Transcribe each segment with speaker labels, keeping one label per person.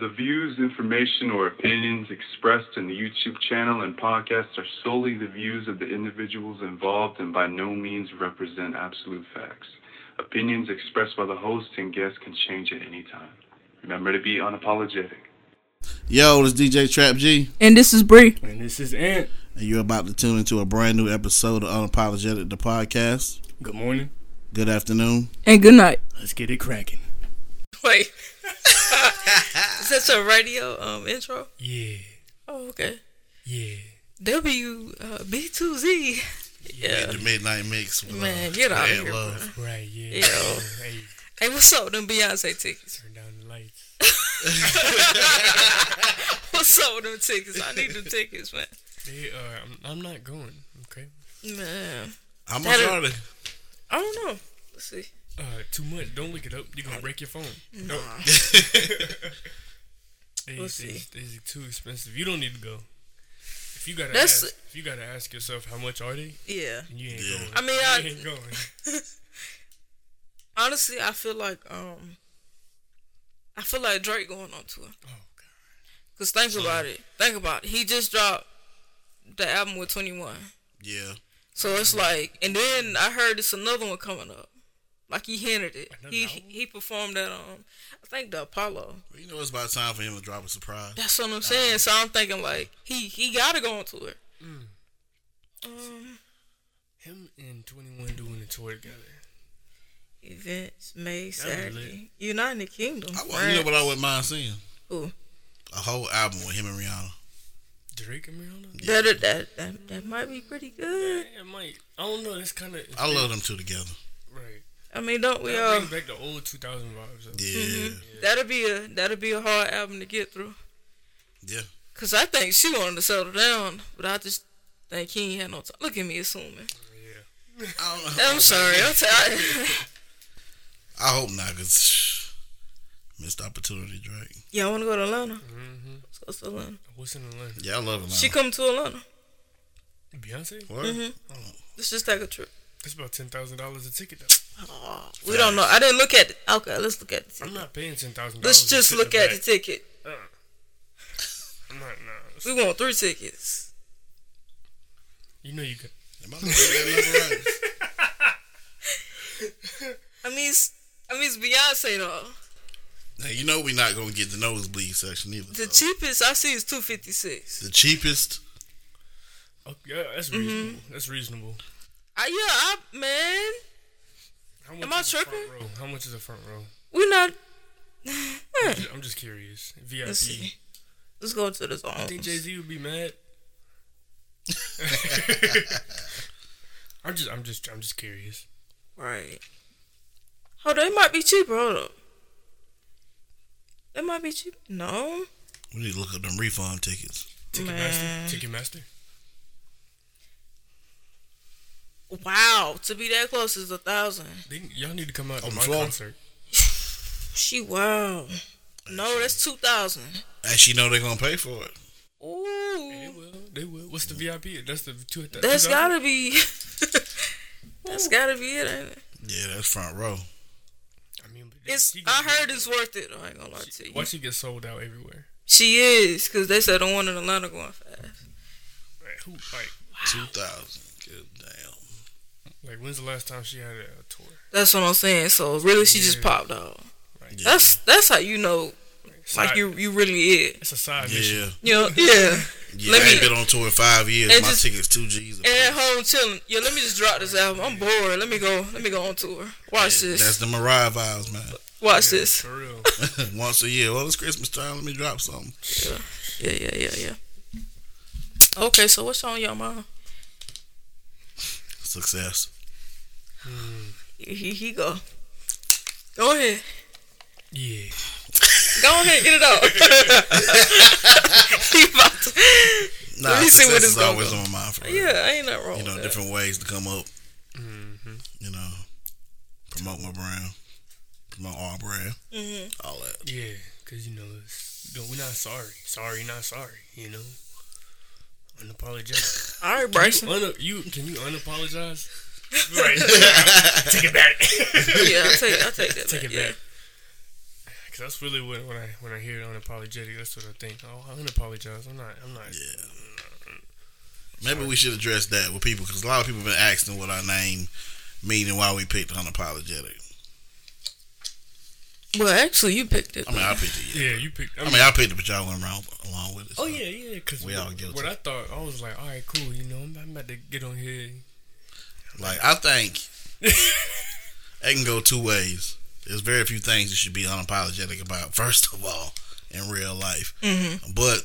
Speaker 1: The views, information, or opinions expressed in the YouTube channel and podcast are solely the views of the individuals involved and by no means represent absolute facts. Opinions expressed by the host and guests can change at any time. Remember to be unapologetic.
Speaker 2: Yo, this is DJ Trap G,
Speaker 3: And this is Bree.
Speaker 4: And this is Ant.
Speaker 2: and you're about to tune into a brand new episode of Unapologetic the Podcast.
Speaker 4: Good morning.
Speaker 2: Good afternoon.
Speaker 3: And good night.
Speaker 4: Let's get it cracking.
Speaker 5: Wait. Is that your radio um intro?
Speaker 4: Yeah,
Speaker 5: Oh, okay.
Speaker 4: yeah.
Speaker 5: W uh, B2Z. Yeah.
Speaker 2: The Midnight Mix with
Speaker 5: Man, get out of here. Bro.
Speaker 4: Right, yeah.
Speaker 5: Yo.
Speaker 4: Oh, Hey,
Speaker 5: Hey, what's up, with them Beyonce tickets?
Speaker 4: turn down the lights.
Speaker 5: What's up with them tickets? I need them tickets, man.
Speaker 4: They are. I'm, I'm not going. Okay.
Speaker 5: Man.
Speaker 2: How
Speaker 5: much are I don't know. Let's see.
Speaker 4: Uh, too much. Don't look it up. You're gonna break your phone.
Speaker 5: Nah.
Speaker 4: They,
Speaker 5: We'll
Speaker 4: they,
Speaker 5: see.
Speaker 4: they's too expensive. You don't need to go. If you gotta
Speaker 5: That's-
Speaker 4: ask, if you gotta ask yourself how much are they,
Speaker 5: Yeah.
Speaker 4: and you ain't going.
Speaker 5: I mean,
Speaker 4: you
Speaker 5: I,
Speaker 4: ain't going.
Speaker 5: honestly, I feel like um, I feel like Drake going on tour.
Speaker 4: Oh
Speaker 5: Cause think about it, think about it. He just dropped the album with Twenty One,
Speaker 2: Yeah.
Speaker 5: so it's like, and then I heard it's another one coming up. Like he hinted it.
Speaker 4: Another
Speaker 5: He
Speaker 4: album?
Speaker 5: he performed that um, I think the Apollo.
Speaker 2: You know, it's about time for him to drop a surprise.
Speaker 5: That's what I'm saying. So I'm thinking like he he gotta go on tour. Um,
Speaker 4: Him and Twenty One doing a tour together.
Speaker 5: events May
Speaker 4: That'd be
Speaker 5: Saturday, United Kingdom.
Speaker 2: I want, you know what I
Speaker 5: France.
Speaker 2: wouldn't mind seeing?
Speaker 5: Ooh,
Speaker 2: A whole album with him and Rihanna.
Speaker 4: Drake and Rihanna.
Speaker 5: that, that that that might be pretty good.
Speaker 4: Yeah, Mike. I don't know. That's kind of.
Speaker 2: I love them two together.
Speaker 4: Right.
Speaker 5: I mean, don't we
Speaker 4: That
Speaker 5: all?
Speaker 4: brings back the old 2000 vibes. though.
Speaker 2: Yeah.
Speaker 5: Mm-hmm. That'll be a that'll be a hard album to get through.
Speaker 2: Yeah.
Speaker 5: Cause I think she wanted to settle down, but I just think he ain't had no time. Look at me assuming.
Speaker 2: I don't know.
Speaker 5: I'm sorry. I'm tired.
Speaker 2: I hope not, because missed opportunity, Drake.
Speaker 5: Y'all want to go to Atlanta? Let's go to Atlanta.
Speaker 4: Mm-hmm. What's in the line?
Speaker 2: Yeah, I love Atlanta.
Speaker 5: She come to Atlanta.
Speaker 4: Beyonce?
Speaker 2: What?
Speaker 5: Let's just take a trip.
Speaker 4: That's about ten thousand dollars a ticket. Though.
Speaker 5: We don't know. I didn't look at it. Okay, let's look at the ticket.
Speaker 4: I'm not paying ten thousand dollars.
Speaker 5: Let's just look at the ticket.
Speaker 4: Uh, I'm not. Nah.
Speaker 5: We want three tickets.
Speaker 4: You know you could.
Speaker 5: Mm-hmm.
Speaker 2: Am I looking at that number right?
Speaker 5: I mean, it's, I mean, it's Beyonce though.
Speaker 2: Now, you know we're not going to get the nosebleed section either.
Speaker 5: The
Speaker 2: though.
Speaker 5: cheapest I see is two fifty six.
Speaker 2: the cheapest.
Speaker 4: Oh, yeah, that's
Speaker 5: Mm-hmm.
Speaker 4: reasonable. That's reasonable.
Speaker 5: I yeah, I man,
Speaker 4: How much
Speaker 5: Am I
Speaker 4: is the
Speaker 5: tripping?
Speaker 4: Front row? How much is the front row?
Speaker 5: we not. eh.
Speaker 4: I'm ju- I'm just curious. VIP.
Speaker 5: Let's see. Let's go to the zone.
Speaker 4: I think Jay Z would be mad. I'm just, I'm just, I'm just curious.
Speaker 5: Right. Hold on, it might be cheaper. Hold up. It might be cheap. No,
Speaker 2: We need to look up them refund tickets.
Speaker 4: Ticketmaster,
Speaker 5: man.
Speaker 4: Ticketmaster.
Speaker 5: Wow, to be that close is a thousand.
Speaker 4: They, y'all need to come out
Speaker 2: On
Speaker 4: to
Speaker 2: the
Speaker 4: my
Speaker 2: floor?
Speaker 4: concert.
Speaker 5: She wow. No, that's two thousand.
Speaker 2: Actually, no, they're going to pay for it.
Speaker 4: They
Speaker 5: Ooh,
Speaker 4: will. They will. What's the VIP? That's the two.
Speaker 5: that's
Speaker 4: 2000?
Speaker 5: gotta be. that's gotta be it. Ain't it?
Speaker 2: Yeah, that's front row.
Speaker 4: I mean, but they-
Speaker 5: It's.
Speaker 4: she gonna
Speaker 5: I heard it's worth it. I ain't gonna lie to
Speaker 4: Why
Speaker 5: you.
Speaker 4: she get sold out everywhere?
Speaker 5: She is, cause they said the one in Atlanta going fast.
Speaker 4: Like, who, like,
Speaker 2: 2000 Good damn.
Speaker 4: like, when's the last time she had a, a tour?
Speaker 5: That's what I'm saying. So really, she just
Speaker 4: Yeah.
Speaker 5: popped out.
Speaker 4: Like,
Speaker 2: Yeah.
Speaker 5: That's that's how you know, like
Speaker 4: side-
Speaker 5: you you really is.
Speaker 4: It's a side mission.
Speaker 2: Yeah.
Speaker 5: You know, yeah.
Speaker 2: Yeah,
Speaker 5: Let
Speaker 2: I ain't
Speaker 5: me-
Speaker 2: been on tour in five years.
Speaker 5: And
Speaker 2: My
Speaker 5: just-
Speaker 2: ticket's two G's. a
Speaker 5: And at
Speaker 2: piece.
Speaker 5: home chilling. Yeah, let me just drop this album. I'm bored. Let me go. Let me go on tour.
Speaker 2: That's
Speaker 5: Watch this.
Speaker 2: the Mariah vibes, man.
Speaker 5: Watch this.
Speaker 4: For real.
Speaker 2: Once a year. Well, it's Christmas time. Let me drop something.
Speaker 5: Yeah, yeah, yeah, yeah. Okay, so what's on your mind?
Speaker 2: Success.
Speaker 5: He, he, he go. Go ahead.
Speaker 4: yeah.
Speaker 5: Go ahead. Get it out. He about to-
Speaker 2: Nah,
Speaker 5: Let me see
Speaker 2: success
Speaker 5: what it's
Speaker 2: is
Speaker 5: gonna
Speaker 2: always
Speaker 5: go.
Speaker 2: on my mind for real.
Speaker 5: yeah, ain't nothing wrong.
Speaker 2: You know,
Speaker 5: with that.
Speaker 2: different ways to come up.
Speaker 4: Mm-hmm.
Speaker 2: You know, promote my brand, promote our brand,
Speaker 5: Mm-hmm.
Speaker 2: all that.
Speaker 4: Yeah, because, you know, it's, no, we're not sorry. Sorry, not sorry, you know? Unapologetic.
Speaker 5: All right,
Speaker 4: You,
Speaker 5: Bryson.
Speaker 4: una- you, can you unapologize? right. Take it back.
Speaker 5: Yeah, I'll take, I'll take that.
Speaker 4: Take
Speaker 5: back,
Speaker 4: it
Speaker 5: yeah.
Speaker 4: back. 'cause that's really what when I when I hear unapologetic, that's what I think. Oh, I unapologize. I'm not. I'm not.
Speaker 2: Yeah. Maybe we should address that with people because a lot of people been asking what our name mean and why we picked unapologetic.
Speaker 5: Well, actually, you picked it.
Speaker 2: I mean, I picked it. Yeah.
Speaker 4: Yeah, you pick.
Speaker 2: I mean, I picked it, but y'all went around along with it.
Speaker 4: Oh
Speaker 2: so.
Speaker 4: yeah, yeah. Because
Speaker 2: We all guilty.
Speaker 4: What I thought, I was like, all right, cool. You know, I'm, I'm about to get on here.
Speaker 2: Like I think it can go two ways. There's very few things you should be unapologetic about. First of all, in real life,
Speaker 4: Mm-hmm.
Speaker 2: but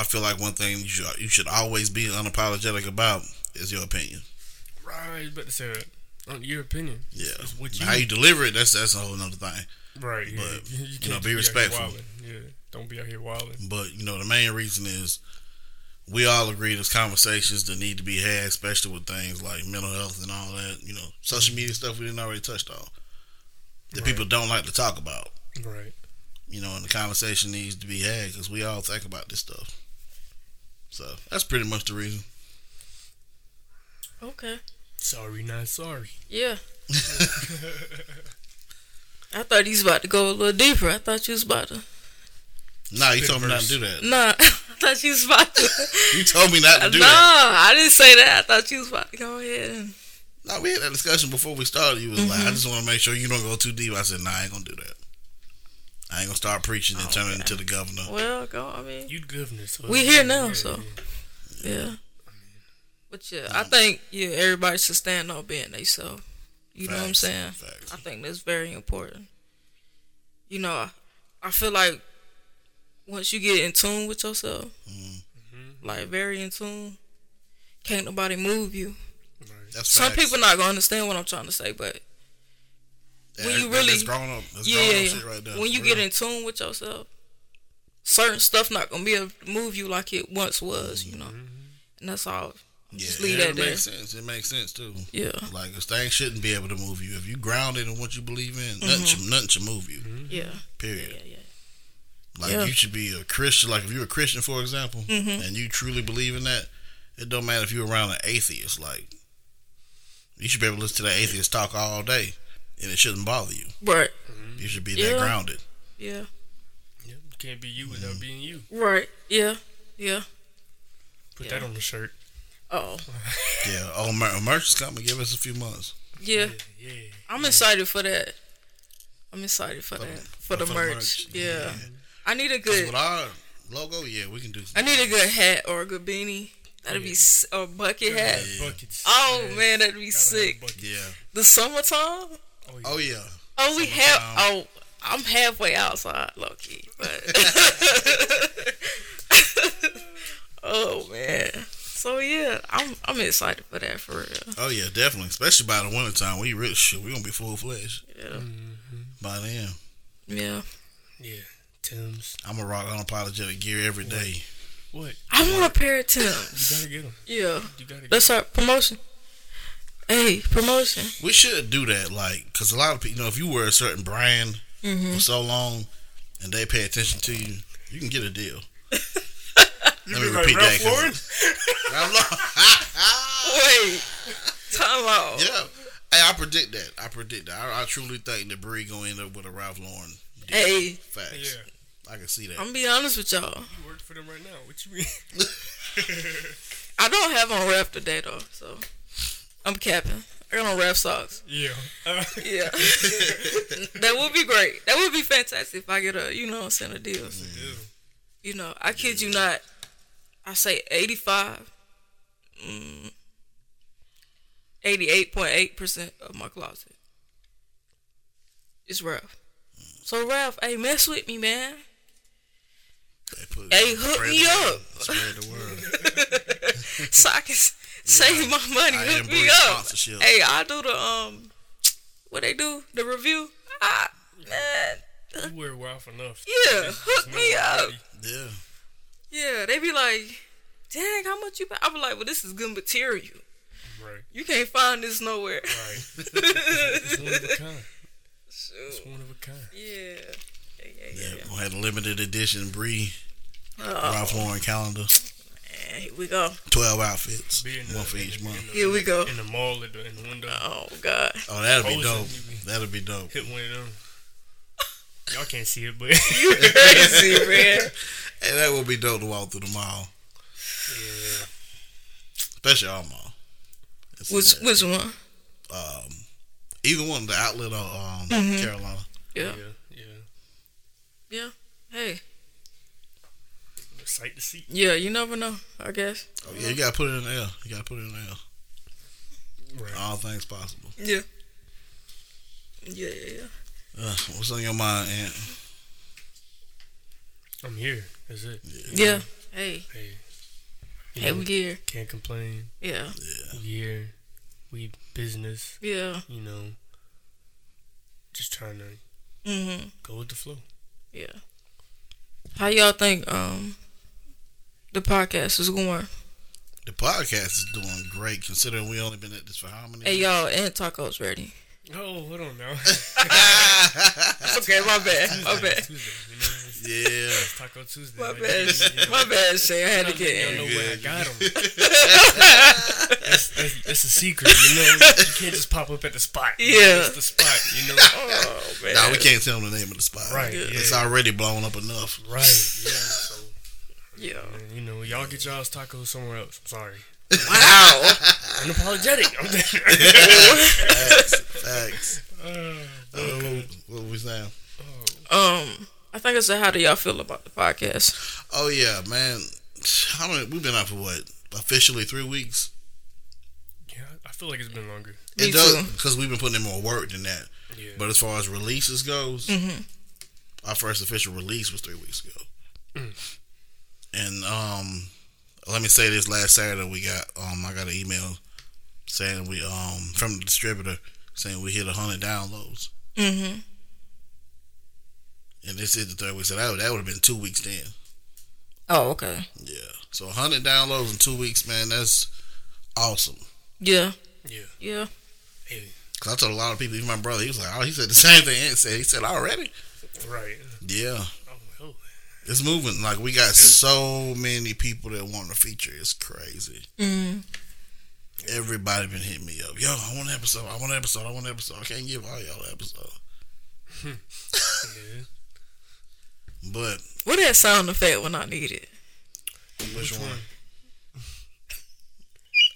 Speaker 2: I feel like one thing you should you should always be unapologetic about is your opinion.
Speaker 4: right, about to say that. On your opinion,
Speaker 2: Yeah,
Speaker 4: It's what
Speaker 2: how
Speaker 4: you-
Speaker 2: you deliver it that's that's a whole nother thing.
Speaker 4: right? Yeah,
Speaker 2: But,
Speaker 4: you,
Speaker 2: you know,
Speaker 4: can't just
Speaker 2: be
Speaker 4: out here
Speaker 2: respectful.
Speaker 4: wilding. Yeah, don't be out here wilding.
Speaker 2: But you know, the main reason is we all agree there's conversations that need to be had, especially with things like mental health and all that. You know, social media stuff we didn't already touched on that people don't like to talk about.
Speaker 4: Right.
Speaker 2: You know, and the conversation needs to be had because we all think about this stuff. So that's pretty much the reason.
Speaker 5: Okay.
Speaker 4: Sorry, not sorry.
Speaker 5: Yeah. I thought you was about to go a little deeper. I thought you was about to.
Speaker 2: Nah, you
Speaker 4: Spit
Speaker 2: told me not to do
Speaker 4: verse.
Speaker 2: that.
Speaker 5: Nah, I thought you was about to.
Speaker 2: You told me not
Speaker 5: nah,
Speaker 2: to do that.
Speaker 5: I didn't say that. I thought you was about to go ahead and.
Speaker 2: No, we had that discussion before we started. You was like,
Speaker 5: Mm-hmm.
Speaker 2: I just want to make sure you don't go too deep. I said, Nah, I ain't gonna do that. I ain't gonna start preaching and turning into the governor.
Speaker 5: Oh, Well, go. I mean.
Speaker 4: You governor. So
Speaker 5: We
Speaker 4: it's
Speaker 5: here
Speaker 4: like,
Speaker 5: now,
Speaker 4: yeah,
Speaker 5: so.
Speaker 4: yeah.
Speaker 5: Yeah. But yeah, I think yeah, everybody should stand on being they self. You know what I'm
Speaker 2: Facts,
Speaker 5: saying?
Speaker 2: facts.
Speaker 5: I think that's very important. You know, I, I feel like once you get in tune with yourself,
Speaker 2: Mm-hmm.
Speaker 5: like very in tune, can't nobody move you.
Speaker 4: Right.
Speaker 2: That's
Speaker 5: Some
Speaker 2: facts.
Speaker 5: people not gonna understand what I'm trying to say, but
Speaker 2: That-
Speaker 5: when you
Speaker 2: that- that's
Speaker 5: really-
Speaker 2: grown up, that's
Speaker 5: yeah,
Speaker 2: grown up
Speaker 5: yeah,
Speaker 2: shit right there.
Speaker 5: when you
Speaker 2: For
Speaker 5: get
Speaker 2: real.
Speaker 5: in tune with yourself, certain stuff not gonna be able to move you like it once was. You know,
Speaker 2: Mm-hmm.
Speaker 5: and that's all. just leave
Speaker 2: yeah,
Speaker 5: that
Speaker 2: it
Speaker 5: there.
Speaker 2: makes sense. It makes sense too.
Speaker 5: Yeah,
Speaker 2: Like this thing shouldn't be able to move you if you grounded in what you believe in. Nothing, should, nothing should move you.
Speaker 5: yeah, Mm-hmm. yeah,
Speaker 2: Period.
Speaker 5: yeah.
Speaker 2: Like
Speaker 5: Yeah. Mm-hmm.
Speaker 2: you should be a Christian. Like if you're a Christian, for example, and you truly believe in that, it don't matter if you're around an atheist. Like you should be able to listen to that atheist talk all day, and it shouldn't bother you.
Speaker 5: Right.
Speaker 2: You should be
Speaker 5: Yeah.
Speaker 2: that grounded.
Speaker 5: Yeah.
Speaker 4: Yeah, you can't be you without
Speaker 2: Mm.
Speaker 4: being you.
Speaker 5: Right. Yeah. Yeah.
Speaker 4: Put
Speaker 5: Yeah.
Speaker 4: that on the shirt.
Speaker 5: Oh.
Speaker 2: Yeah. Oh, mer- merch is coming. Give us a few months.
Speaker 5: Yeah.
Speaker 4: Yeah.
Speaker 5: I'm excited for that. I'm excited for that. For the
Speaker 2: for the
Speaker 5: merch.
Speaker 2: merch.
Speaker 5: Yeah. I need a
Speaker 2: 'Cause
Speaker 5: good
Speaker 2: With our logo, yeah, we can do. Some
Speaker 5: I need a good hat or a good beanie. That'd be s- a bucket hat.
Speaker 4: Buckets.
Speaker 5: Oh
Speaker 4: Yeah.
Speaker 5: man, that'd be
Speaker 4: Gotta have
Speaker 5: sick.
Speaker 4: buckets.
Speaker 2: Yeah.
Speaker 5: The summertime?
Speaker 2: Oh yeah.
Speaker 5: Oh we have oh I'm halfway outside, low key. But Oh man. So yeah, I'm I'm excited for that for real.
Speaker 2: Oh yeah, definitely. Especially by the wintertime. We rich shit. We gonna be full fledged
Speaker 5: Yeah.
Speaker 2: by then.
Speaker 5: Yeah.
Speaker 4: Yeah. Tim's.
Speaker 2: I'm gonna rock unapologetic gear every day.
Speaker 4: What?
Speaker 5: I want a pair of
Speaker 4: You
Speaker 5: Tim's.
Speaker 4: gotta get them.
Speaker 5: Yeah.
Speaker 4: You gotta get
Speaker 5: That's our promotion. Hey, promotion.
Speaker 2: We should do that, like, cause a lot of people, you know, if you wear a certain brand
Speaker 5: Mm-hmm.
Speaker 2: for so long and they pay attention to you, you can get a deal. Let me
Speaker 4: like
Speaker 2: repeat
Speaker 4: Ralph
Speaker 2: that. 'cause- Ralph Lauren.
Speaker 5: Wait. Time out.
Speaker 2: yeah. Hey, I predict that. I predict that. I, I truly think that Bree gonna end up with a Ralph Lauren.
Speaker 5: Hey,
Speaker 2: Facts.
Speaker 4: Yeah.
Speaker 2: I can see that.
Speaker 5: I'm gonna be honest with y'all.
Speaker 4: You work for them right now. What you mean?
Speaker 5: I don't have on rap today though, so I'm capping. I got on rap socks.
Speaker 4: yeah. Uh,
Speaker 5: Yeah. that would be great. That would be fantastic if I get a, you know, send a deal.
Speaker 4: yeah.
Speaker 5: You know, I kid you not. I say 85. Mm, 88.8% of my closet. It's Ralph. So Ralph, hey, mess with me, man.
Speaker 2: They put it-
Speaker 5: Hey, hook
Speaker 2: spread
Speaker 5: me
Speaker 2: the word.
Speaker 5: up.
Speaker 2: Spread the word.
Speaker 5: so I can s- save my money.
Speaker 2: I
Speaker 5: Hook
Speaker 2: am
Speaker 5: me
Speaker 2: Breeze
Speaker 5: up.
Speaker 2: sponsorship.
Speaker 5: Hey, I do the um, what they do the review. Ah, man,
Speaker 4: You wear Ralph enough.
Speaker 5: yeah, hook
Speaker 4: No
Speaker 5: me up.
Speaker 4: way.
Speaker 2: Yeah.
Speaker 5: Yeah, they be like, dang, how much you? Pay? I be like, well, this is good material.
Speaker 4: Right.
Speaker 5: You can't find this nowhere.
Speaker 4: Right.
Speaker 5: Shoot.
Speaker 4: It's one of a kind. It's one of a kind.
Speaker 5: Yeah. Yeah, yeah, yeah,
Speaker 2: Yeah,
Speaker 5: yeah.
Speaker 2: we had a limited edition Bree
Speaker 5: Oh,
Speaker 2: Ralph Lauren calendar.
Speaker 5: man, here we go.
Speaker 2: Twelve outfits,
Speaker 4: Be in the-
Speaker 2: one for each
Speaker 4: in the- in
Speaker 2: month.
Speaker 4: the-
Speaker 5: Here we go.
Speaker 4: In the mall, in the, in the window.
Speaker 5: Oh God.
Speaker 2: Oh, that'll be
Speaker 4: Posing,
Speaker 2: dope.
Speaker 4: you be-
Speaker 2: That'll be dope.
Speaker 4: Hit one of them. Y'all can't see it, but
Speaker 5: You crazy, man.
Speaker 2: Hey, that would be dope to walk through the mall,
Speaker 4: yeah.
Speaker 2: especially our mall. It's
Speaker 5: Which
Speaker 2: that,
Speaker 5: which one?
Speaker 2: um, either one, the outlet or um,
Speaker 5: Mm-hmm.
Speaker 2: Carolina.
Speaker 5: Yeah.
Speaker 4: yeah, yeah.
Speaker 5: Yeah. Hey.
Speaker 4: Sight to see.
Speaker 5: Yeah, you never know, I guess.
Speaker 2: Oh yeah, you gotta put it in the air. You gotta put it in the air.
Speaker 4: Right.
Speaker 2: All things possible.
Speaker 5: Yeah. Yeah, yeah, yeah.
Speaker 2: Uh, what's on your mind, Aunt?
Speaker 4: I'm here. That's it.
Speaker 5: Yeah. Hey.
Speaker 4: Hey, you
Speaker 5: Hey,
Speaker 4: know,
Speaker 5: we here.
Speaker 4: can't complain.
Speaker 5: Yeah.
Speaker 2: Yeah,
Speaker 4: We here. We business.
Speaker 5: Yeah.
Speaker 4: You know, just trying to
Speaker 5: Mm-hmm.
Speaker 4: go with the flow.
Speaker 5: Yeah. How y'all think um the podcast is going?
Speaker 2: the podcast is doing great considering we only been at this for how many?
Speaker 5: Hey y'all, and tacos ready.
Speaker 4: Oh, hold on now.
Speaker 5: Okay, my bad. My bad.
Speaker 4: Tuesday, you know, it's
Speaker 2: yeah,
Speaker 4: Taco Tuesday.
Speaker 5: My
Speaker 4: right?
Speaker 5: bad. My bad, Shay. I had to get
Speaker 4: You
Speaker 5: in.
Speaker 4: don't know
Speaker 2: Yeah,
Speaker 4: where I
Speaker 2: you-
Speaker 4: got 'em. that's, that's, that's a secret, you know. You can't just pop up at the spot.
Speaker 5: Yeah.
Speaker 4: it's the spot, you know.
Speaker 5: Oh man.
Speaker 2: nah, we can't tell them the name of the spot.
Speaker 4: Right, yeah.
Speaker 2: it's already blown up enough.
Speaker 4: Right. Yeah. So,
Speaker 5: Yeah.
Speaker 4: man, you know, y'all get y'all's tacos somewhere else. I'm sorry.
Speaker 5: Wow.
Speaker 4: Unapologetic. I'm
Speaker 2: Facts, facts.
Speaker 4: uh,
Speaker 2: Oh, what we saying?
Speaker 5: um, I think I said, how do y'all feel about the podcast?
Speaker 2: Oh yeah, man. How many? We've been out for what? Officially three weeks.
Speaker 4: yeah, I feel like it's been longer.
Speaker 5: Me
Speaker 2: it does
Speaker 5: too.
Speaker 2: because we've been putting in more work than that.
Speaker 4: Yeah.
Speaker 2: But as far as releases goes, our first official release was three weeks ago. Mm. And um, let me say this: last Saturday, we got um, I got an email saying we um from the distributor saying we hit hundred downloads,
Speaker 5: Mm-hmm.
Speaker 2: and this is the third week. So that would- that would have been two weeks then.
Speaker 5: Oh, okay.
Speaker 2: Yeah. So hundred downloads in two weeks, man. That's awesome.
Speaker 5: Yeah.
Speaker 4: Yeah.
Speaker 5: Yeah.
Speaker 4: Hey,
Speaker 2: Cause I told a lot of people, even my brother, he was like, "Oh, he said the same thing." And said he said already.
Speaker 4: right.
Speaker 2: Yeah,
Speaker 4: Oh, hell.
Speaker 2: it's moving. Like we got so many people that want to feature. It's crazy.
Speaker 5: Mm.
Speaker 2: Everybody been hitting me up. Yo, I want an episode. I want an episode. I want an episode. I can't give all y'all an episode.
Speaker 4: Yeah.
Speaker 2: But
Speaker 5: What that sound effect when I need it?
Speaker 2: which, one?
Speaker 4: one?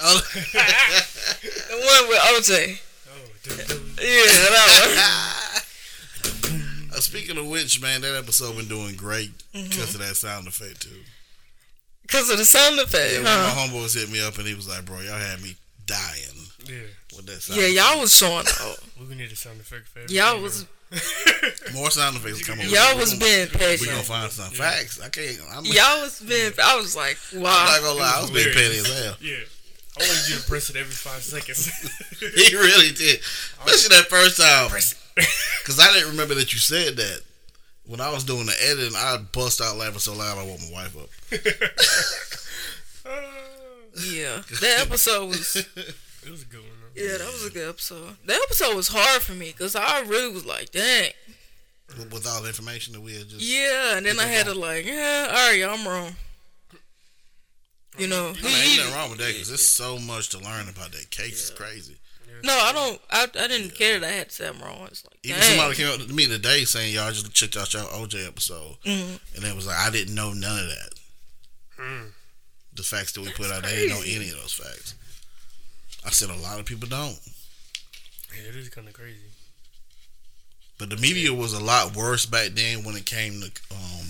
Speaker 2: Oh,
Speaker 5: The one with OJ.
Speaker 4: Oh, dude, dude.
Speaker 5: Yeah, that
Speaker 2: uh, speaking of which, man, that episode been doing great
Speaker 5: Mm-hmm.
Speaker 2: because of that sound effect too.
Speaker 5: Because of the sound effect,
Speaker 2: Yeah, one
Speaker 5: huh?
Speaker 2: of my homeboys hit me up and he was like, "Bro, y'all had me dying
Speaker 4: Yeah.
Speaker 2: with that sound."
Speaker 5: Yeah, y'all was showing out.
Speaker 4: We're gonna need a sound effect for everything,
Speaker 5: Y'all was
Speaker 2: More sound effects coming.
Speaker 5: y'all was being
Speaker 2: We gonna
Speaker 5: patient.
Speaker 2: find some facts. I can't. I'm,
Speaker 5: Y'all was being. I was like,
Speaker 2: I'm
Speaker 5: wow.
Speaker 2: not gonna lie. I was being petty as hell.
Speaker 4: Yeah. I wanted you to press it every five seconds.
Speaker 2: He really did, especially that first time.
Speaker 4: Press-
Speaker 2: Cause I didn't remember that you said that. When I was doing the editing, I bust out laughing so loud I woke my wife up.
Speaker 4: it
Speaker 5: Yeah, that episode was.
Speaker 4: was a good one. Though.
Speaker 5: Yeah, that was a good episode. That episode was hard for me because I really was like, dang.
Speaker 2: With, with all the information that we had just.
Speaker 5: Yeah, and then I had to like, yeah, all right, I'm wrong. You know,
Speaker 2: I mean, ain't
Speaker 5: he,
Speaker 2: nothing wrong with that because there's so much to learn about that case. It's crazy.
Speaker 5: no, I don't. I, I didn't care that I had to say I'm wrong. It's like,
Speaker 2: Even
Speaker 5: dang.
Speaker 2: somebody came up to me today saying, "Y'all just checked out your OJ episode,"
Speaker 5: Mm-hmm.
Speaker 2: and it was like, "I didn't know none of that."
Speaker 4: Mm.
Speaker 2: The facts that we put out, they didn't know
Speaker 5: crazy.
Speaker 2: any of those facts. I said a lot of people don't.
Speaker 4: Yeah, it is kind of crazy.
Speaker 2: But the media was a lot worse back then when it came to um,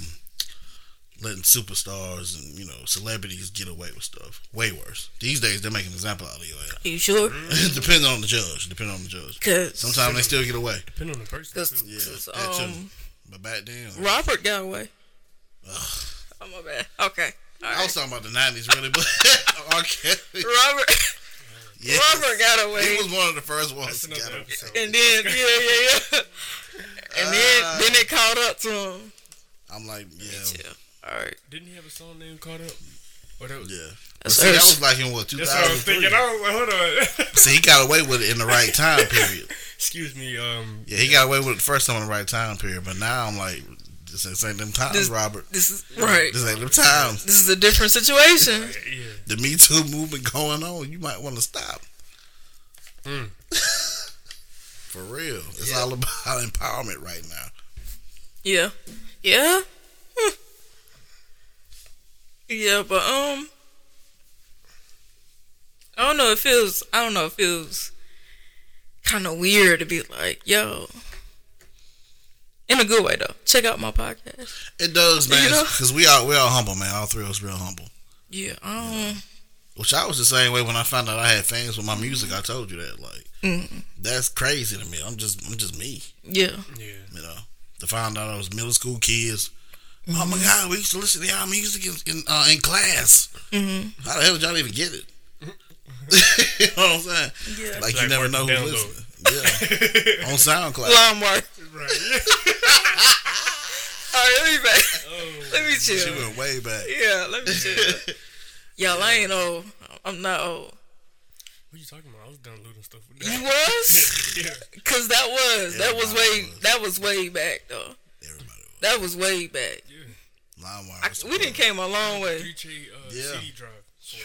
Speaker 2: letting superstars and you know celebrities get away with stuff. Way worse. These days they're making an example out of you.
Speaker 5: you sure?
Speaker 2: Mm-hmm.
Speaker 4: Mm-hmm.
Speaker 2: depending on the judge. Depending on the judge.
Speaker 5: Because
Speaker 2: Sometimes they still get away.
Speaker 4: Depend on the person.
Speaker 5: Cause-
Speaker 4: Too.
Speaker 2: Yeah,
Speaker 5: Just,
Speaker 2: that too.
Speaker 5: um,
Speaker 2: But back then,
Speaker 5: Robert got away.
Speaker 2: ugh.
Speaker 5: Oh my bad. Okay. All
Speaker 2: I
Speaker 5: right.
Speaker 2: was talking about the nineties, really. But R. Kelly,
Speaker 5: Robert
Speaker 2: yeah,
Speaker 5: Robert got
Speaker 2: he
Speaker 5: away.
Speaker 2: was one of the first ones.
Speaker 4: That's
Speaker 2: to
Speaker 4: another
Speaker 2: get
Speaker 4: episode.
Speaker 5: And then yeah, yeah, yeah. And then
Speaker 2: Ah.
Speaker 5: then it caught up to him.
Speaker 2: I'm like, yeah,
Speaker 5: Yeah. All right.
Speaker 4: Didn't he have a song named Caught Up? Or that was,
Speaker 2: yeah. But
Speaker 5: That's
Speaker 2: see, that
Speaker 5: Ernest.
Speaker 2: was like in what
Speaker 4: That's what I was
Speaker 2: 2003.
Speaker 4: thinking. I was like, hold on.
Speaker 2: See, he got away with it in the right time period.
Speaker 4: Excuse me. Um,
Speaker 2: Yeah, he got away with it the first time in the right time period, but now I'm like, this this ain't them times,
Speaker 5: This-
Speaker 2: Robert.
Speaker 5: This is right.
Speaker 2: This ain't them times.
Speaker 5: This is a different situation.
Speaker 4: yeah.
Speaker 2: The Me Too movement going on. You might want to stop.
Speaker 5: Hmm.
Speaker 4: Mm.
Speaker 2: For real, it's all about empowerment right now.
Speaker 5: Yeah. Yeah. Hmm. yeah, but um I don't know, it feels I don't know, it feels kinda weird to be like, yo. In a good way though. Check out my podcast.
Speaker 2: It does, man.
Speaker 5: You know?
Speaker 2: Because we all we all humble, man. All three of us real humble.
Speaker 5: Yeah, um
Speaker 2: Which I was the same way when I found out I had fans with my music. I told you that. Like that's crazy to me. I'm just I'm just me.
Speaker 5: yeah.
Speaker 4: Yeah.
Speaker 2: You know, to find out I was middle school kids. Oh my God, we used to listen to y'all music in in, uh, in class. How the hell did y'all even get it? you know what I'm saying?
Speaker 5: Yeah.
Speaker 2: Like, you
Speaker 4: Like
Speaker 2: never
Speaker 4: working
Speaker 2: know who's
Speaker 4: download.
Speaker 2: listening. Yeah, on SoundCloud.
Speaker 5: Landmark.
Speaker 4: right.
Speaker 5: Alright, let me back.
Speaker 4: Oh,
Speaker 5: Let me
Speaker 2: She
Speaker 5: chill.
Speaker 2: went way back.
Speaker 5: Yeah, let me chill. Y'all, I ain't old. I'm not old.
Speaker 4: What you talking about? I was downloading stuff with
Speaker 5: You
Speaker 4: that.
Speaker 5: was?
Speaker 4: yeah.
Speaker 5: Cause that was that was
Speaker 2: Everybody
Speaker 5: way
Speaker 2: was.
Speaker 5: that was way back though.
Speaker 2: Everybody was.
Speaker 5: That was way back.
Speaker 2: LimeWire
Speaker 5: I,
Speaker 2: was the
Speaker 5: we didn't
Speaker 2: plug.
Speaker 5: came a long way.
Speaker 4: Three uh,
Speaker 2: Yeah.
Speaker 4: CD drive. So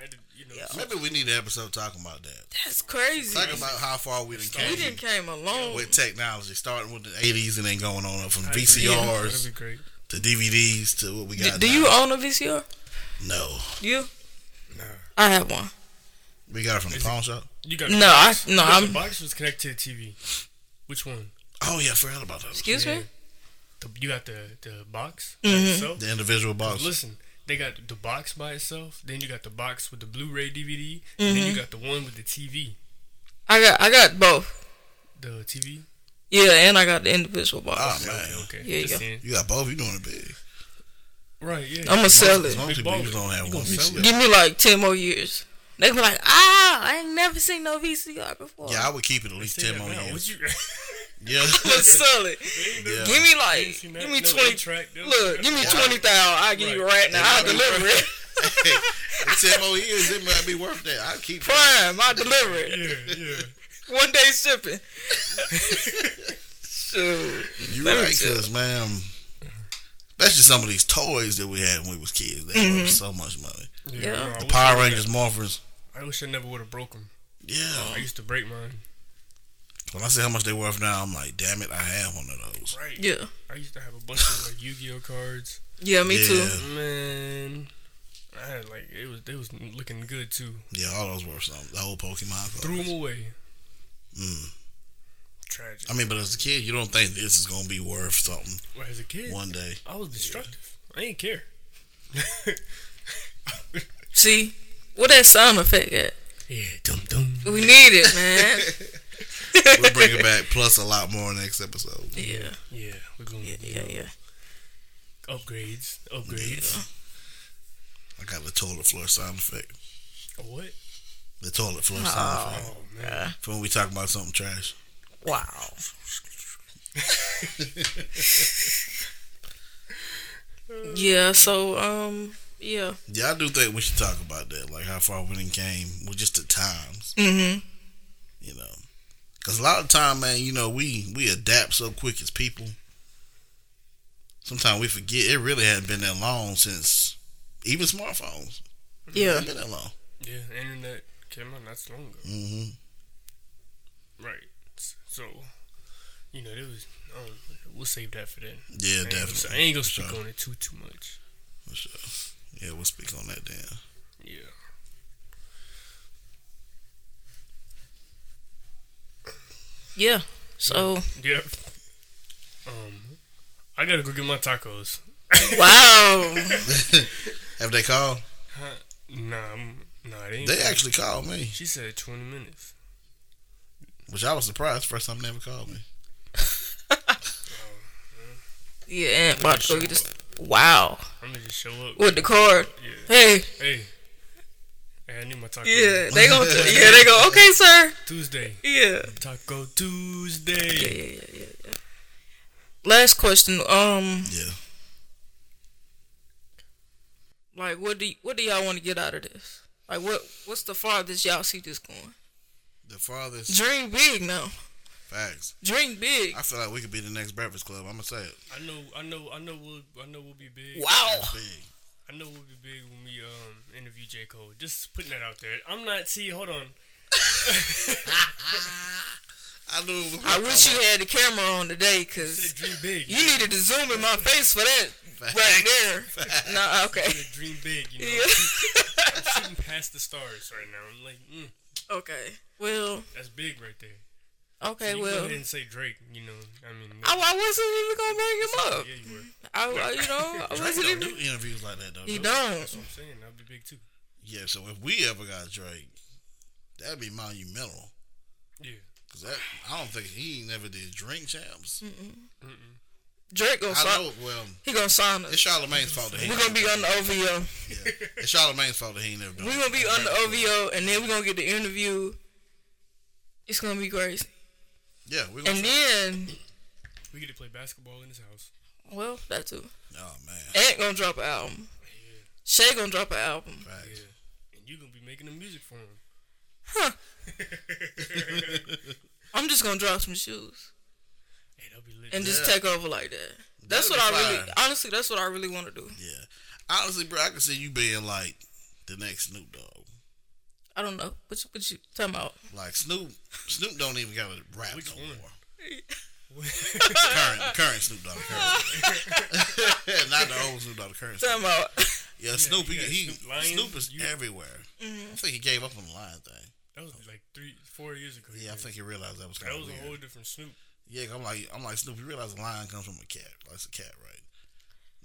Speaker 4: had to, you know.
Speaker 5: Yeah.
Speaker 4: so-
Speaker 2: Maybe we need an episode talking about that.
Speaker 5: That's crazy.
Speaker 2: Talking about how far we done
Speaker 5: We
Speaker 2: came
Speaker 5: didn't came a long.
Speaker 2: with technology, starting with the 80s and then going on up from
Speaker 4: I agree.
Speaker 2: VCRs
Speaker 4: That'd be great.
Speaker 2: to DVDs to what we
Speaker 5: Do,
Speaker 2: got.
Speaker 5: do
Speaker 2: now.
Speaker 5: you own a VCR?
Speaker 2: No,
Speaker 5: You?
Speaker 4: Nah.
Speaker 5: I have one.
Speaker 2: we got it from the
Speaker 4: Is it-
Speaker 2: pawn shop.
Speaker 4: You got
Speaker 5: No, I no.
Speaker 4: The
Speaker 5: I'm.
Speaker 4: box was connected to the TV. Which one?
Speaker 2: Oh yeah, I forgot about that.
Speaker 5: Excuse me.
Speaker 4: Yeah. The, you got the the box
Speaker 5: Mhm.
Speaker 4: by itself.
Speaker 2: The individual box.
Speaker 4: Listen, they got the box by itself. Then you got the box with the Blu-ray DVD. And
Speaker 5: Mm-hmm.
Speaker 4: then you got the one with the TV.
Speaker 5: I got I got both.
Speaker 4: The TV.
Speaker 5: Yeah, and I got the individual
Speaker 2: Oh
Speaker 5: box.
Speaker 2: man,
Speaker 4: Okay. okay.
Speaker 5: Here you
Speaker 4: Just
Speaker 5: go.
Speaker 4: saying.
Speaker 2: you got both. You doing it big.
Speaker 4: Right. Yeah.
Speaker 5: I'm gonna sell it.
Speaker 2: Most
Speaker 4: Big
Speaker 2: people
Speaker 4: baller.
Speaker 2: usually don't have
Speaker 4: You
Speaker 2: one
Speaker 4: gonna sell it.
Speaker 2: VCR.
Speaker 5: Give me like ten more years. They be like, ah, I ain't never seen no VCR before.
Speaker 2: Yeah, I would keep it at least
Speaker 4: Say
Speaker 2: ten
Speaker 4: that
Speaker 2: more
Speaker 4: now. What
Speaker 2: years.
Speaker 4: you?
Speaker 2: Yeah,
Speaker 5: I'm gonna sell it.
Speaker 2: yeah.
Speaker 5: Give me like,
Speaker 4: ain't seen that-
Speaker 5: give me
Speaker 4: no
Speaker 5: twenty.
Speaker 4: eight-track, no-
Speaker 5: Look, give me
Speaker 2: Yeah.
Speaker 5: twenty thousand. I give you right now. I'll deliver it.
Speaker 2: In ten more years, it might be worth that. I keep. it.
Speaker 5: Prime, I deliver it.
Speaker 4: yeah, yeah.
Speaker 5: One day shipping. Shoot.
Speaker 2: You
Speaker 5: Let me
Speaker 2: right,
Speaker 5: tell-
Speaker 2: cause man, especially some of these toys that we had when we was kids, they
Speaker 5: Mm-hmm.
Speaker 2: were worth so much money.
Speaker 5: Yeah.
Speaker 4: no, I
Speaker 2: The
Speaker 4: wish
Speaker 2: Power
Speaker 4: I-
Speaker 2: Rangers morphers.
Speaker 4: I wish I never would have broke them. Oh,
Speaker 2: Yeah.
Speaker 4: I used to break mine.
Speaker 2: When I see how much they worth now, I'm like, damn it, I have one of those.
Speaker 4: Right.
Speaker 5: Yeah.
Speaker 4: I used to have a bunch of like Yu-Gi-Oh cards.
Speaker 5: Yeah, me too.
Speaker 2: Yeah.
Speaker 4: Man, I had like it was they was looking good too.
Speaker 2: Yeah, all those worth something. The whole Pokemon.
Speaker 4: Threw
Speaker 2: card.
Speaker 4: them away.
Speaker 2: Mm.
Speaker 4: Tragic.
Speaker 2: I mean, but as a kid, you don't think this is gonna be worth something
Speaker 4: Well, as a kid,
Speaker 2: one day.
Speaker 4: I was destructive. I didn't care.
Speaker 5: See? What that sound effect at?
Speaker 4: yeah, dum dum.
Speaker 5: We need it, man.
Speaker 2: We'll bring it back, plus a lot more next episode.
Speaker 5: yeah.
Speaker 4: Yeah, we're going
Speaker 5: Yeah,
Speaker 4: to
Speaker 5: yeah, yeah.
Speaker 4: upgrades, upgrades.
Speaker 2: I got the toilet floor sound effect.
Speaker 4: What?
Speaker 2: The toilet floor sound
Speaker 5: Oh,
Speaker 2: effect.
Speaker 4: Oh man,
Speaker 2: For when we talk about something trash.
Speaker 5: wow. yeah, so um yeah.
Speaker 2: Yeah, I do think we should talk about that, like how far we done came with just the times,
Speaker 5: Mm-hmm.
Speaker 2: you know. Because a lot of time, man, you know, we we adapt so quick as people. Sometimes we forget it really hasn't been that long since even smartphones. It
Speaker 5: Yeah.
Speaker 2: hasn't been that long.
Speaker 4: yeah, internet came out not so long ago.
Speaker 2: hmm
Speaker 4: Right. S- So, you know, there was. Um, we'll save that for then.
Speaker 2: Yeah,
Speaker 4: I ain't gonna-
Speaker 2: definitely.
Speaker 4: I ain't gonna
Speaker 2: For
Speaker 4: speak
Speaker 2: sure.
Speaker 4: on it too too much.
Speaker 2: For sure. Yeah, we'll speak on that then.
Speaker 4: Yeah.
Speaker 5: Yeah. So
Speaker 4: Yep. Um, I gotta go get my tacos.
Speaker 5: Wow.
Speaker 2: Have they called?
Speaker 4: Huh? Nah, I'm, nah, it ain't.
Speaker 2: They actually called me,
Speaker 4: She said twenty minutes.
Speaker 2: which I was surprised. First time they ever called me.
Speaker 5: Yeah, and watch go get this Wow.
Speaker 4: I'm gonna just show up.
Speaker 5: With the card.
Speaker 4: Yeah.
Speaker 5: Hey.
Speaker 4: Hey. Hey, I need my tacos.
Speaker 5: Yeah, they gonna. yeah, they go. Okay, sir.
Speaker 4: Tuesday.
Speaker 5: Yeah.
Speaker 4: Taco
Speaker 5: Yeah,
Speaker 4: Tuesday.
Speaker 5: yeah, yeah, yeah. yeah. Last question. Um,
Speaker 2: Yeah.
Speaker 5: like, what do y- what do y'all want to get out of this? Like, what what's the farthest y'all see this going?
Speaker 2: The farthest
Speaker 5: Dream big now.
Speaker 2: facts.
Speaker 5: Dream big.
Speaker 2: I feel like we could be the next Breakfast Club. I'm gonna say it.
Speaker 4: I know. I know. I know. We'll. I know we'll be big.
Speaker 5: Wow.
Speaker 2: Big.
Speaker 4: I know we'll be big when we um interview J Cole. Just putting that out there. I'm not. See, hold on.
Speaker 2: I knew it was
Speaker 5: I wish you had the camera on today,
Speaker 4: Said
Speaker 5: cause
Speaker 4: dream big.
Speaker 5: you needed to zoom in my face for that right there. No, okay,
Speaker 4: Said dream big. You know,
Speaker 5: yeah,
Speaker 4: I'm shooting past the stars right now. I'm like, mm,
Speaker 5: okay. Well,
Speaker 4: that's big right there.
Speaker 5: okay,
Speaker 4: you go
Speaker 5: well,
Speaker 4: ahead and say Drake. You know, I mean,
Speaker 5: I, I wasn't even gonna bring him up.
Speaker 4: yeah, you were.
Speaker 5: I, I you know, I
Speaker 2: Drake
Speaker 5: wasn't
Speaker 2: don't
Speaker 5: even.
Speaker 2: do interviews like that though.
Speaker 5: He
Speaker 2: do
Speaker 5: don't.
Speaker 4: That's what I'm saying. That'd be big too.
Speaker 2: Yeah, so if we ever got Drake, that'd be monumental.
Speaker 4: Yeah.
Speaker 2: Cause that I don't think he never did drink champs.
Speaker 5: Mm. Drake gonna
Speaker 2: I
Speaker 5: sign.
Speaker 2: know. Well,
Speaker 5: He gonna sign
Speaker 2: it's
Speaker 5: us.
Speaker 2: Charlemagne's fault that he.
Speaker 5: We're gonna be on the OVO.
Speaker 2: Yeah. It's Charlemagne's fault that he ain't never done.
Speaker 5: We're
Speaker 2: it.
Speaker 5: gonna be on the OVO, and then we're gonna get the interview. It's gonna be crazy.
Speaker 2: Yeah, we're gonna.
Speaker 5: And then,
Speaker 4: We get to play basketball in his house.
Speaker 5: well, that too.
Speaker 2: oh man.
Speaker 5: Ant gonna drop an album. Shay gonna drop an album.
Speaker 2: Facts.
Speaker 4: Yeah. And you gonna be making the music for him.
Speaker 5: I'm just gonna drop some shoes
Speaker 4: Hey, that'll be lit.
Speaker 5: and just
Speaker 2: Yeah.
Speaker 5: take over like that. That's
Speaker 2: That'd
Speaker 5: what
Speaker 2: be
Speaker 5: I really,
Speaker 2: fire.
Speaker 5: honestly, that's what I really want to do.
Speaker 2: Yeah. Honestly, bro, I can see you being like the next Snoop Dogg.
Speaker 5: I don't know what you, what you talking about.
Speaker 2: Like Snoop, Snoop don't even gotta rap
Speaker 4: Which
Speaker 2: no
Speaker 4: one?
Speaker 2: more. current, current Snoop Dogg, current. not the old Snoop Dogg, the current. Snoop.
Speaker 5: Talking about.
Speaker 2: Yeah, Snoop, he,
Speaker 4: you got
Speaker 2: he
Speaker 4: Snoop Lion,
Speaker 2: Snoop is
Speaker 4: you-
Speaker 2: everywhere. I think he gave up on the lion thing.
Speaker 4: that was like three, four years ago.
Speaker 2: Yeah, I think he realized that was
Speaker 4: that
Speaker 2: kind
Speaker 4: was
Speaker 2: of
Speaker 4: a
Speaker 2: weird.
Speaker 4: whole different Snoop.
Speaker 2: Yeah, 'cause I'm like, I'm like Snoop. You realize a lion comes from a cat. Like it's a cat, right?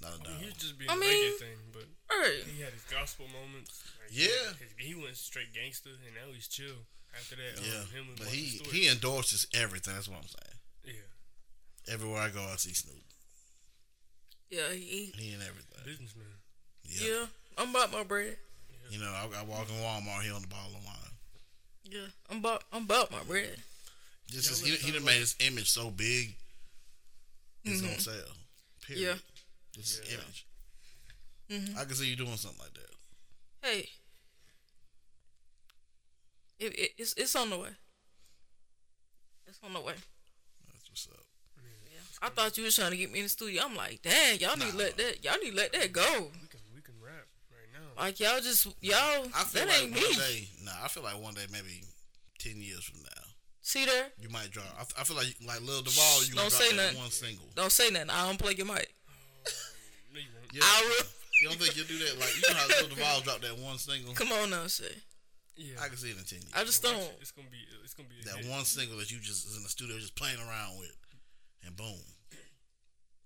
Speaker 2: Not a dog.
Speaker 4: He was just being
Speaker 5: I
Speaker 4: a
Speaker 5: mean-
Speaker 4: reggae thing, but
Speaker 5: All right.
Speaker 4: he had his gospel moments. Like,
Speaker 2: Yeah.
Speaker 4: his- he went straight gangster, and now he's chill. After that,
Speaker 2: yeah,
Speaker 4: um, him and
Speaker 2: but
Speaker 4: Martha
Speaker 2: he
Speaker 4: Stewart.
Speaker 2: he endorses everything. That's what I'm saying.
Speaker 4: yeah,
Speaker 2: Everywhere I go, I see Snoop.
Speaker 5: Yeah, he,
Speaker 2: He in everything.
Speaker 4: businessman.
Speaker 2: Yeah.
Speaker 5: yeah. I'm about my bread.
Speaker 2: You know, I, I walk in Walmart. He on the bottle of wine.
Speaker 5: Yeah, I'm about I'm about my bread.
Speaker 2: This is
Speaker 4: Y'all
Speaker 2: he,
Speaker 4: look
Speaker 2: he done
Speaker 4: so
Speaker 2: made his image so big, it's on sale. Period.
Speaker 5: Mm-hmm. Yeah. Mm-hmm.
Speaker 2: This is
Speaker 4: Yeah.
Speaker 2: image. I can see you doing something like that.
Speaker 5: Hey, it, it, it's it's on the way. It's on the way.
Speaker 2: That's what's up.
Speaker 5: Yeah. I thought you was trying to get me in the studio. I'm like, dang, y'all need to let that y'all need to let that go.
Speaker 4: We can we can rap right now.
Speaker 5: Like y'all just y'all
Speaker 2: I feel
Speaker 5: that
Speaker 2: like
Speaker 5: ain't
Speaker 2: one
Speaker 5: me.
Speaker 2: day. Nah, I feel like one day, maybe ten years from now,
Speaker 5: See there?
Speaker 2: you might drop. I, I feel like like Lil Duval,
Speaker 5: Shh,
Speaker 2: you gonna
Speaker 5: don't
Speaker 2: drop
Speaker 5: say
Speaker 2: that
Speaker 5: nothing.
Speaker 2: one single.
Speaker 5: Don't say nothing. I don't play your mic.
Speaker 4: No, you won't.
Speaker 2: Yeah.
Speaker 5: I will.
Speaker 2: You don't think you'll do that? Like you know how Lil Duval dropped that one single.
Speaker 5: Come on now, say.
Speaker 4: Yeah,
Speaker 2: I can see it in ten years.
Speaker 5: I just
Speaker 4: Watch
Speaker 5: don't.
Speaker 4: it. It's gonna be it's gonna be a
Speaker 2: that
Speaker 4: hit.
Speaker 2: one single that you just is in the studio just playing around with, and boom.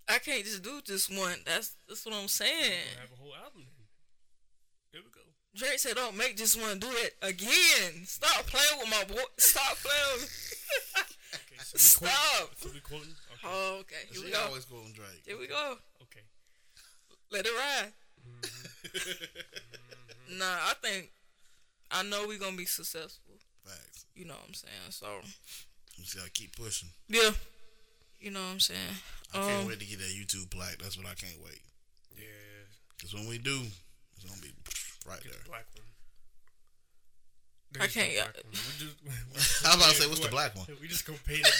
Speaker 5: I can't just do this one. That's that's what I'm saying.
Speaker 4: We'll have a whole album. Then. There we go.
Speaker 5: Drake said, "Don't make this one do that again. Stop playing with my boy. Stop playing. With
Speaker 4: Okay, so we
Speaker 5: Stop.
Speaker 4: quoting. So we quoting. Okay.
Speaker 5: Oh, okay. Here we
Speaker 2: She
Speaker 5: go.
Speaker 2: always going Drake.
Speaker 5: Here we go.
Speaker 4: okay.
Speaker 5: Let it ride.
Speaker 2: Mm-hmm.
Speaker 5: nah, I think I know we're gonna be successful.
Speaker 2: Facts.
Speaker 5: You know what I'm saying? So
Speaker 2: You just gotta keep pushing.
Speaker 5: yeah, you know what I'm saying.
Speaker 2: I can't
Speaker 5: Um,
Speaker 2: wait to get that YouTube plaque. That's what I can't wait.
Speaker 4: Yeah,
Speaker 2: Cause when we do, it's gonna be right
Speaker 4: get
Speaker 2: there.
Speaker 4: the black one.
Speaker 5: I can't- uh,
Speaker 4: There's no black one. We're just, we're
Speaker 2: I was about to say, what's the black one?
Speaker 4: We just gonna paint it black.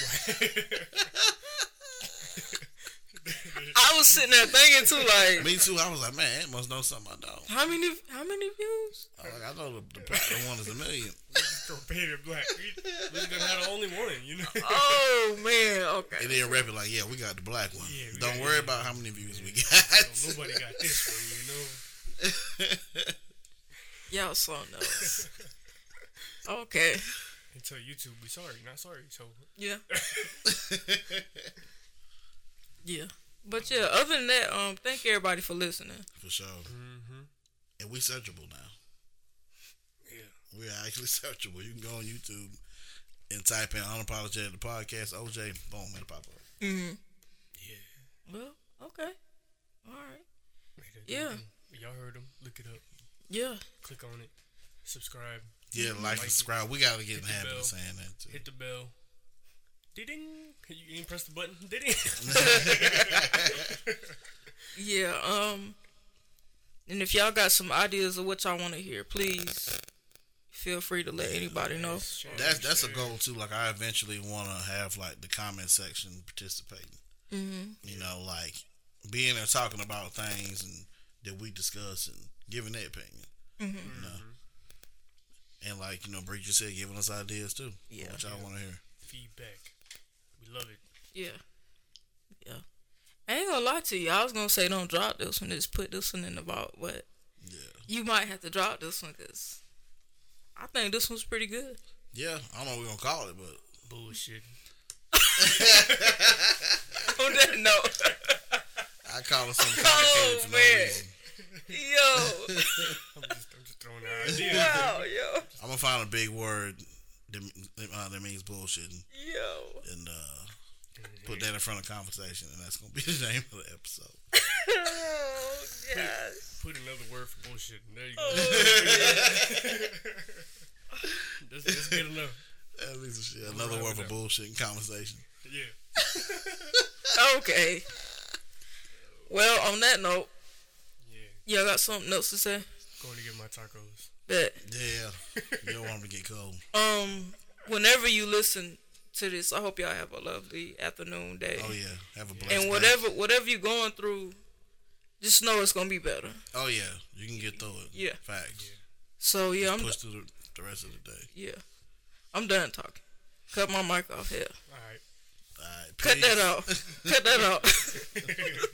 Speaker 5: I was sitting there thinking too, like
Speaker 2: Me too. I was like, man, Ant must know something I don't.
Speaker 5: how many how many views?
Speaker 2: I, was like, I know the, the platinum one is a million.
Speaker 4: we just gonna paint it black. We, we just gonna have the only one, you know.
Speaker 5: Oh man, okay.
Speaker 2: And then rep it like, yeah, we got the black one.
Speaker 4: Yeah, we
Speaker 2: don't
Speaker 4: got-
Speaker 2: worry about how many views we
Speaker 4: So
Speaker 2: got.
Speaker 4: nobody got this one, you know.
Speaker 5: Y'all slow notes. okay.
Speaker 4: And tell YouTube we sorry, not sorry. So
Speaker 5: Yeah. yeah. But yeah, other than that, um, thank everybody for listening.
Speaker 2: For sure.
Speaker 4: mm-hmm.
Speaker 2: And we searchable now.
Speaker 4: yeah,
Speaker 2: We're actually searchable. You can go on YouTube and type in unapologetic podcast OJ. Boom, it'll pop up.
Speaker 4: yeah.
Speaker 5: Well, okay. All right.
Speaker 4: Made it.
Speaker 5: Yeah.
Speaker 4: Y'all heard them. Look it up.
Speaker 5: Yeah.
Speaker 4: Click on it. Subscribe.
Speaker 2: Yeah, like, and subscribe. We gotta get in
Speaker 4: Hit
Speaker 2: the
Speaker 4: the
Speaker 2: habit
Speaker 4: bell.
Speaker 2: of saying that too.
Speaker 4: Hit the bell. Ding. You ain't press the button. Ding.
Speaker 5: Yeah. Um and if y'all got some ideas of what y'all wanna hear, please feel free to let anybody know.
Speaker 2: That's that's a goal too. Like I eventually want to have like the comment section participating. Mm-hmm. You know, like being there talking about things and that we discuss and giving their opinion. You know, and like you know, Bree just said, giving us ideas too.
Speaker 5: Yeah.
Speaker 2: what y'all want to hear?
Speaker 4: feedback. We love it.
Speaker 5: Yeah. Yeah. I ain't gonna lie to you. I was gonna say don't drop this one. Just put this one in the vault. But
Speaker 2: Yeah.
Speaker 5: you might have to drop this one because I think this one's pretty good.
Speaker 2: Yeah. I don't know what we're gonna call it, but
Speaker 4: Bullshit.
Speaker 5: On that note,
Speaker 2: I call it something
Speaker 5: Oh,
Speaker 2: complicated for no
Speaker 5: man.
Speaker 2: reason.
Speaker 5: yo,
Speaker 4: I'm just, I'm just throwing out ideas.
Speaker 5: wow, yo,
Speaker 2: I'm gonna find a big word that, uh, that means bullshit and,
Speaker 5: yo.
Speaker 2: and uh, put that in front of conversation, and that's gonna be the name of the episode.
Speaker 5: Oh gosh.
Speaker 4: Put another word for bullshit. There you go.
Speaker 2: Oh,
Speaker 4: that's, that's good enough.
Speaker 2: At least shit. another word for bullshit and conversation.
Speaker 4: Yeah.
Speaker 5: Okay. Well, on that note,
Speaker 4: Yeah.
Speaker 5: y'all got something else to say?
Speaker 4: Going to get my tacos.
Speaker 5: But
Speaker 2: Yeah, you don't want them to get cold.
Speaker 5: um, whenever you listen to this, I hope y'all have a lovely afternoon, day,
Speaker 2: Oh yeah, have a blessed.
Speaker 5: and
Speaker 2: day.
Speaker 5: whatever whatever you're going through, just know it's gonna be better.
Speaker 2: Oh yeah, you can get through it.
Speaker 5: Yeah.
Speaker 2: facts.
Speaker 5: So yeah, I'm
Speaker 2: Push through the, the rest of the day.
Speaker 5: yeah, I'm done talking. Cut my mic off here.
Speaker 4: All right.
Speaker 2: All right,
Speaker 5: Cut
Speaker 2: peace.
Speaker 5: that off. Cut that off.